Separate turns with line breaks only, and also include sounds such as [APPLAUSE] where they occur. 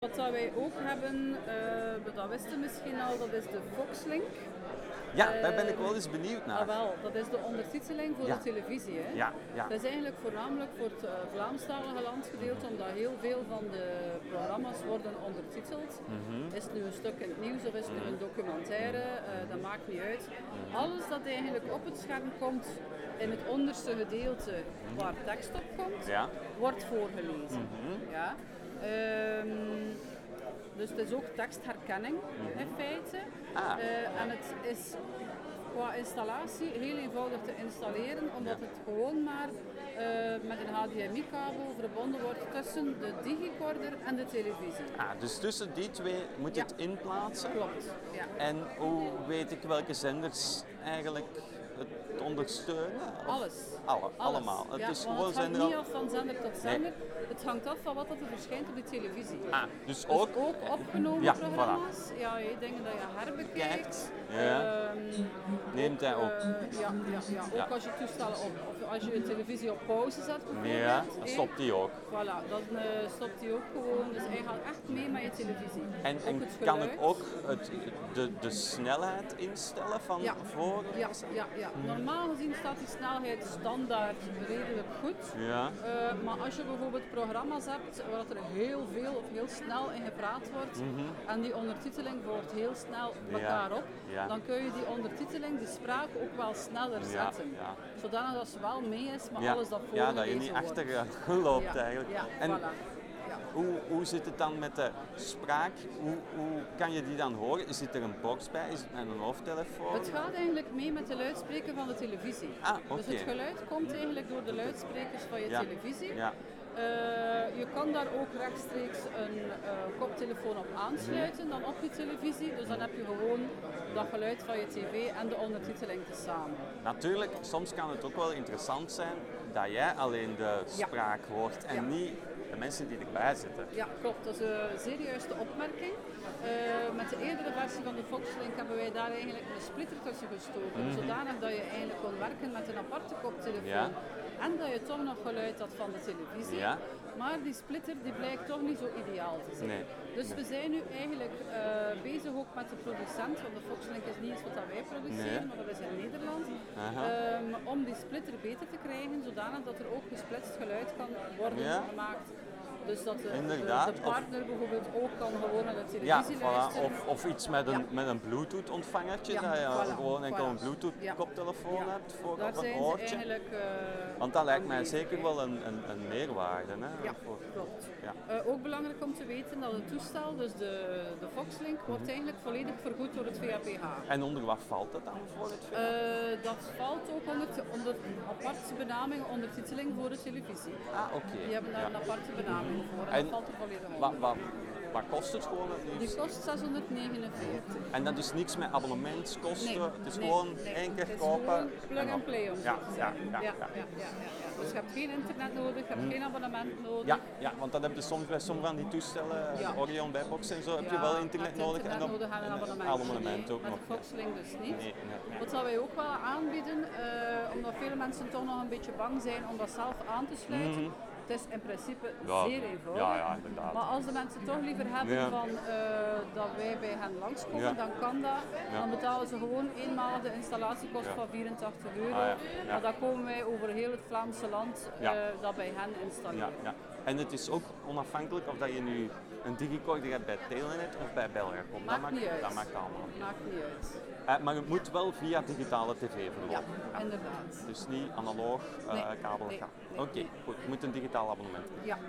Wat dat wij ook hebben, eh, maar dat wisten misschien al, dat is de Voxlink.
Ja, daar ben ik wel eens benieuwd naar.
Ah wel, Dus- dat is de ondertiteling voor
Ja.
de televisie. Hè?
Ja, ja.
Dat is eigenlijk voornamelijk voor het eh, Vlaamstalige landgedeelte, omdat heel veel van de programma's worden ondertiteld.
Mhm.
Is het nu een stuk in het nieuws of is het nu een documentaire, eh, dat maakt niet uit.
Mhm.
Alles dat eigenlijk op het scherm komt, in het onderste gedeelte
Mhm.
waar tekst op komt,
Ja.
wordt voorgelezen.
Mhm.
Ja. Ehm, dus het is ook tekstherkenning in feite.
Mhm. Ah.
Eh, en het is qua installatie heel eenvoudig te installeren, omdat
Ja.
het gewoon maar eh, met een HDMI-kabel verbonden wordt tussen de digicorder en de televisie.
Ah, dus tussen die twee moet je
Ja.
het inplaatsen.
Klopt. Ja.
En hoe weet ik welke zenders eigenlijk het ondersteunen? Of-
Alles.
Alle, allemaal. Het
Ja,
is
want
gewoon
het hangt
zender.
niet af van zender tot zender. Het hangt af van wat dat er verschijnt op de televisie.
Ah, dus
Dus
ook.
ook, opgenomen
Ja, voilà.
programma's. Ja, je dingen dat je herbekijkt.
Kijkt, ja.
Ehm,
Neemt hij op.
eh, ja, ja, ja, ook
Ja.
als je toestellen op, of als je je televisie op pauze zet bijvoorbeeld.
Ja,
hè,
dan stopt die ook.
Voilà, dan eh, stopt hij ook gewoon. Dus hij gaat echt mee met je televisie.
En,
Ook
en
het
kan
geluid.
ik ook het, de, de snelheid instellen van
Ja.
voor?
Ja, ja, ja.
Hmm.
Normaal gezien staat die snelheid standaard redelijk goed.
Ja.
Eh, maar als je bijvoorbeeld programma's hebt waar er heel veel of heel snel in gepraat wordt en die ondertiteling volgt heel snel op
Mhm. Ja,
elkaar op,
ja.
dan kun je die ondertiteling, die spraak ook wel sneller
Ja,
zetten.
ja.
Zodanig dat ze wel mee is, maar
Ja.
alles dat
ja, dat je niet
voorgelezen wordt.
achter eh, [LAUGHS] loopt
Ja,
eigenlijk.
Ja,
en
voilà. Ja.
hoe, hoe zit het dan met de spraak? Hoe, hoe kan je die dan horen? Zit er een box bij? Is het met een hoofdtelefoon?
Het gaat eigenlijk mee met de luidspreker van de televisie.
Ah,
Dus
oké.
het geluid komt eigenlijk door de luidsprekers van je
Ja,
televisie.
ja.
Eh, je kan daar ook rechtstreeks een eh, koptelefoon op aansluiten dan op je televisie. Dus dan heb je gewoon dat geluid van je tv en de ondertiteling tezamen.
Natuurlijk, soms kan het ook wel interessant zijn dat jij alleen de
Ja.
spraak hoort en
Ja.
niet de mensen die erbij zitten.
Ja, klopt. Dat is een zeer juiste opmerking. Eh, met de eerdere versie van de Foxlink hebben wij daar eigenlijk een splitter tussen gestoken.
Mhm.
Zodanig dat je eigenlijk kon werken met een aparte koptelefoon. En dat je toch nog geluid had van de televisie.
Ja.
Maar die splitter die blijkt toch niet zo ideaal te zijn.
Nee.
Dus we zijn nu eigenlijk eh, bezig ook met de producent. Want de Foxlink is niet iets wat dat wij produceren,
Nee.
maar dat is in Nederland.
Aha.
Ehm, om die splitter beter te krijgen, zodanig dat er ook gesplitst geluid kan worden
Ja.
gemaakt. Dus dat de-
Inderdaad,
de, de
of-
partner bijvoorbeeld ook kan gewoon naar de
Ja,
televisie
voilà.
luisteren.
of, of iets met een,
Ja.
met een Bluetooth ontvangertje,
Ja,
dat je
voilà,
gewoon enkel
voilà.
een Bluetooth
Ja.
koptelefoon
Ja.
hebt voor
Daar
op een
zijn ze
oortje.
eigenlijk, eh,
Want dat lijkt mij
aanwezig,
zeker
hè.
wel een, een, een meerwaarde. Hè,
Ja,
voor-
klopt.
Ja.
Eh, ook belangrijk om te weten dat het toestel, dus de, de Foxlink, wordt
Mhm.
eigenlijk volledig vergoed door het VAPH.
En onder wat valt dat dan voor het filmpje?
Eh, dat valt ook onder, onder aparte benaming, ondertiteling voor de televisie.
ah, oké.
Die hebben daar
Ja.
een aparte benaming voor en,
En
dat valt er volledig onder.
Wat, wat, wat kost het gewoon het
Die
liefst?
kost 649.
En dat is niks met abonnementskosten,
Nee,
het is
nee,
gewoon
nee.
één keer
Het is
kopen.
gewoon
en
Plug
op.
and play om zo
ja,
te
ja,
zeggen.
ja, ja. Hm.
Dus je hebt geen internet nodig, je hebt geen abonnement nodig.
Ja, ja, want dat heb je soms bij sommige van die toestellen,
Ja.
Orion, Buybox en zo, heb je
Ja,
wel internet
je hebt
nodig
internet
en, op-
nodig en een abonnement.
abonnement
Nee,
ook
met
nog.
de Foxlink dus niet.
Nee, nee.
Wat zou wij ook wel aanbieden, eh, omdat vele mensen toch nog een beetje bang zijn om dat zelf aan te sluiten. Het is in principe
Mhm. Ja,
zeer eenvoudig.
ja, ja, inderdaad.
Maar als de mensen toch liever hebben
Ja.
van, eh, dat wij bij hen langskomen,
Ja.
dan kan dat.
Ja.
Dan betalen ze gewoon eenmaal de installatiekost
Ja.
van 84 euro.
Ah, ja. Ja.
Maar dan komen wij over heel het Vlaamse land eh,
Ja.
dat bij hen installeren.
Ja, ja. En het is ook onafhankelijk of dat je nu een digicorder hebt bij Telenet of bij Belgacom. Dat
Maakt niet uit.
Dat maakt allemaal.
Maakt niet uit.
Eh, maar het moet wel via digitale tv
Ja,
verlopen.
inderdaad.
Dus niet analoog eh
Nee,
kabel
nee,
gaan.
nee,
Oké,
nee.
goed. Je moet een digitaal abonnement hebben.
Ja,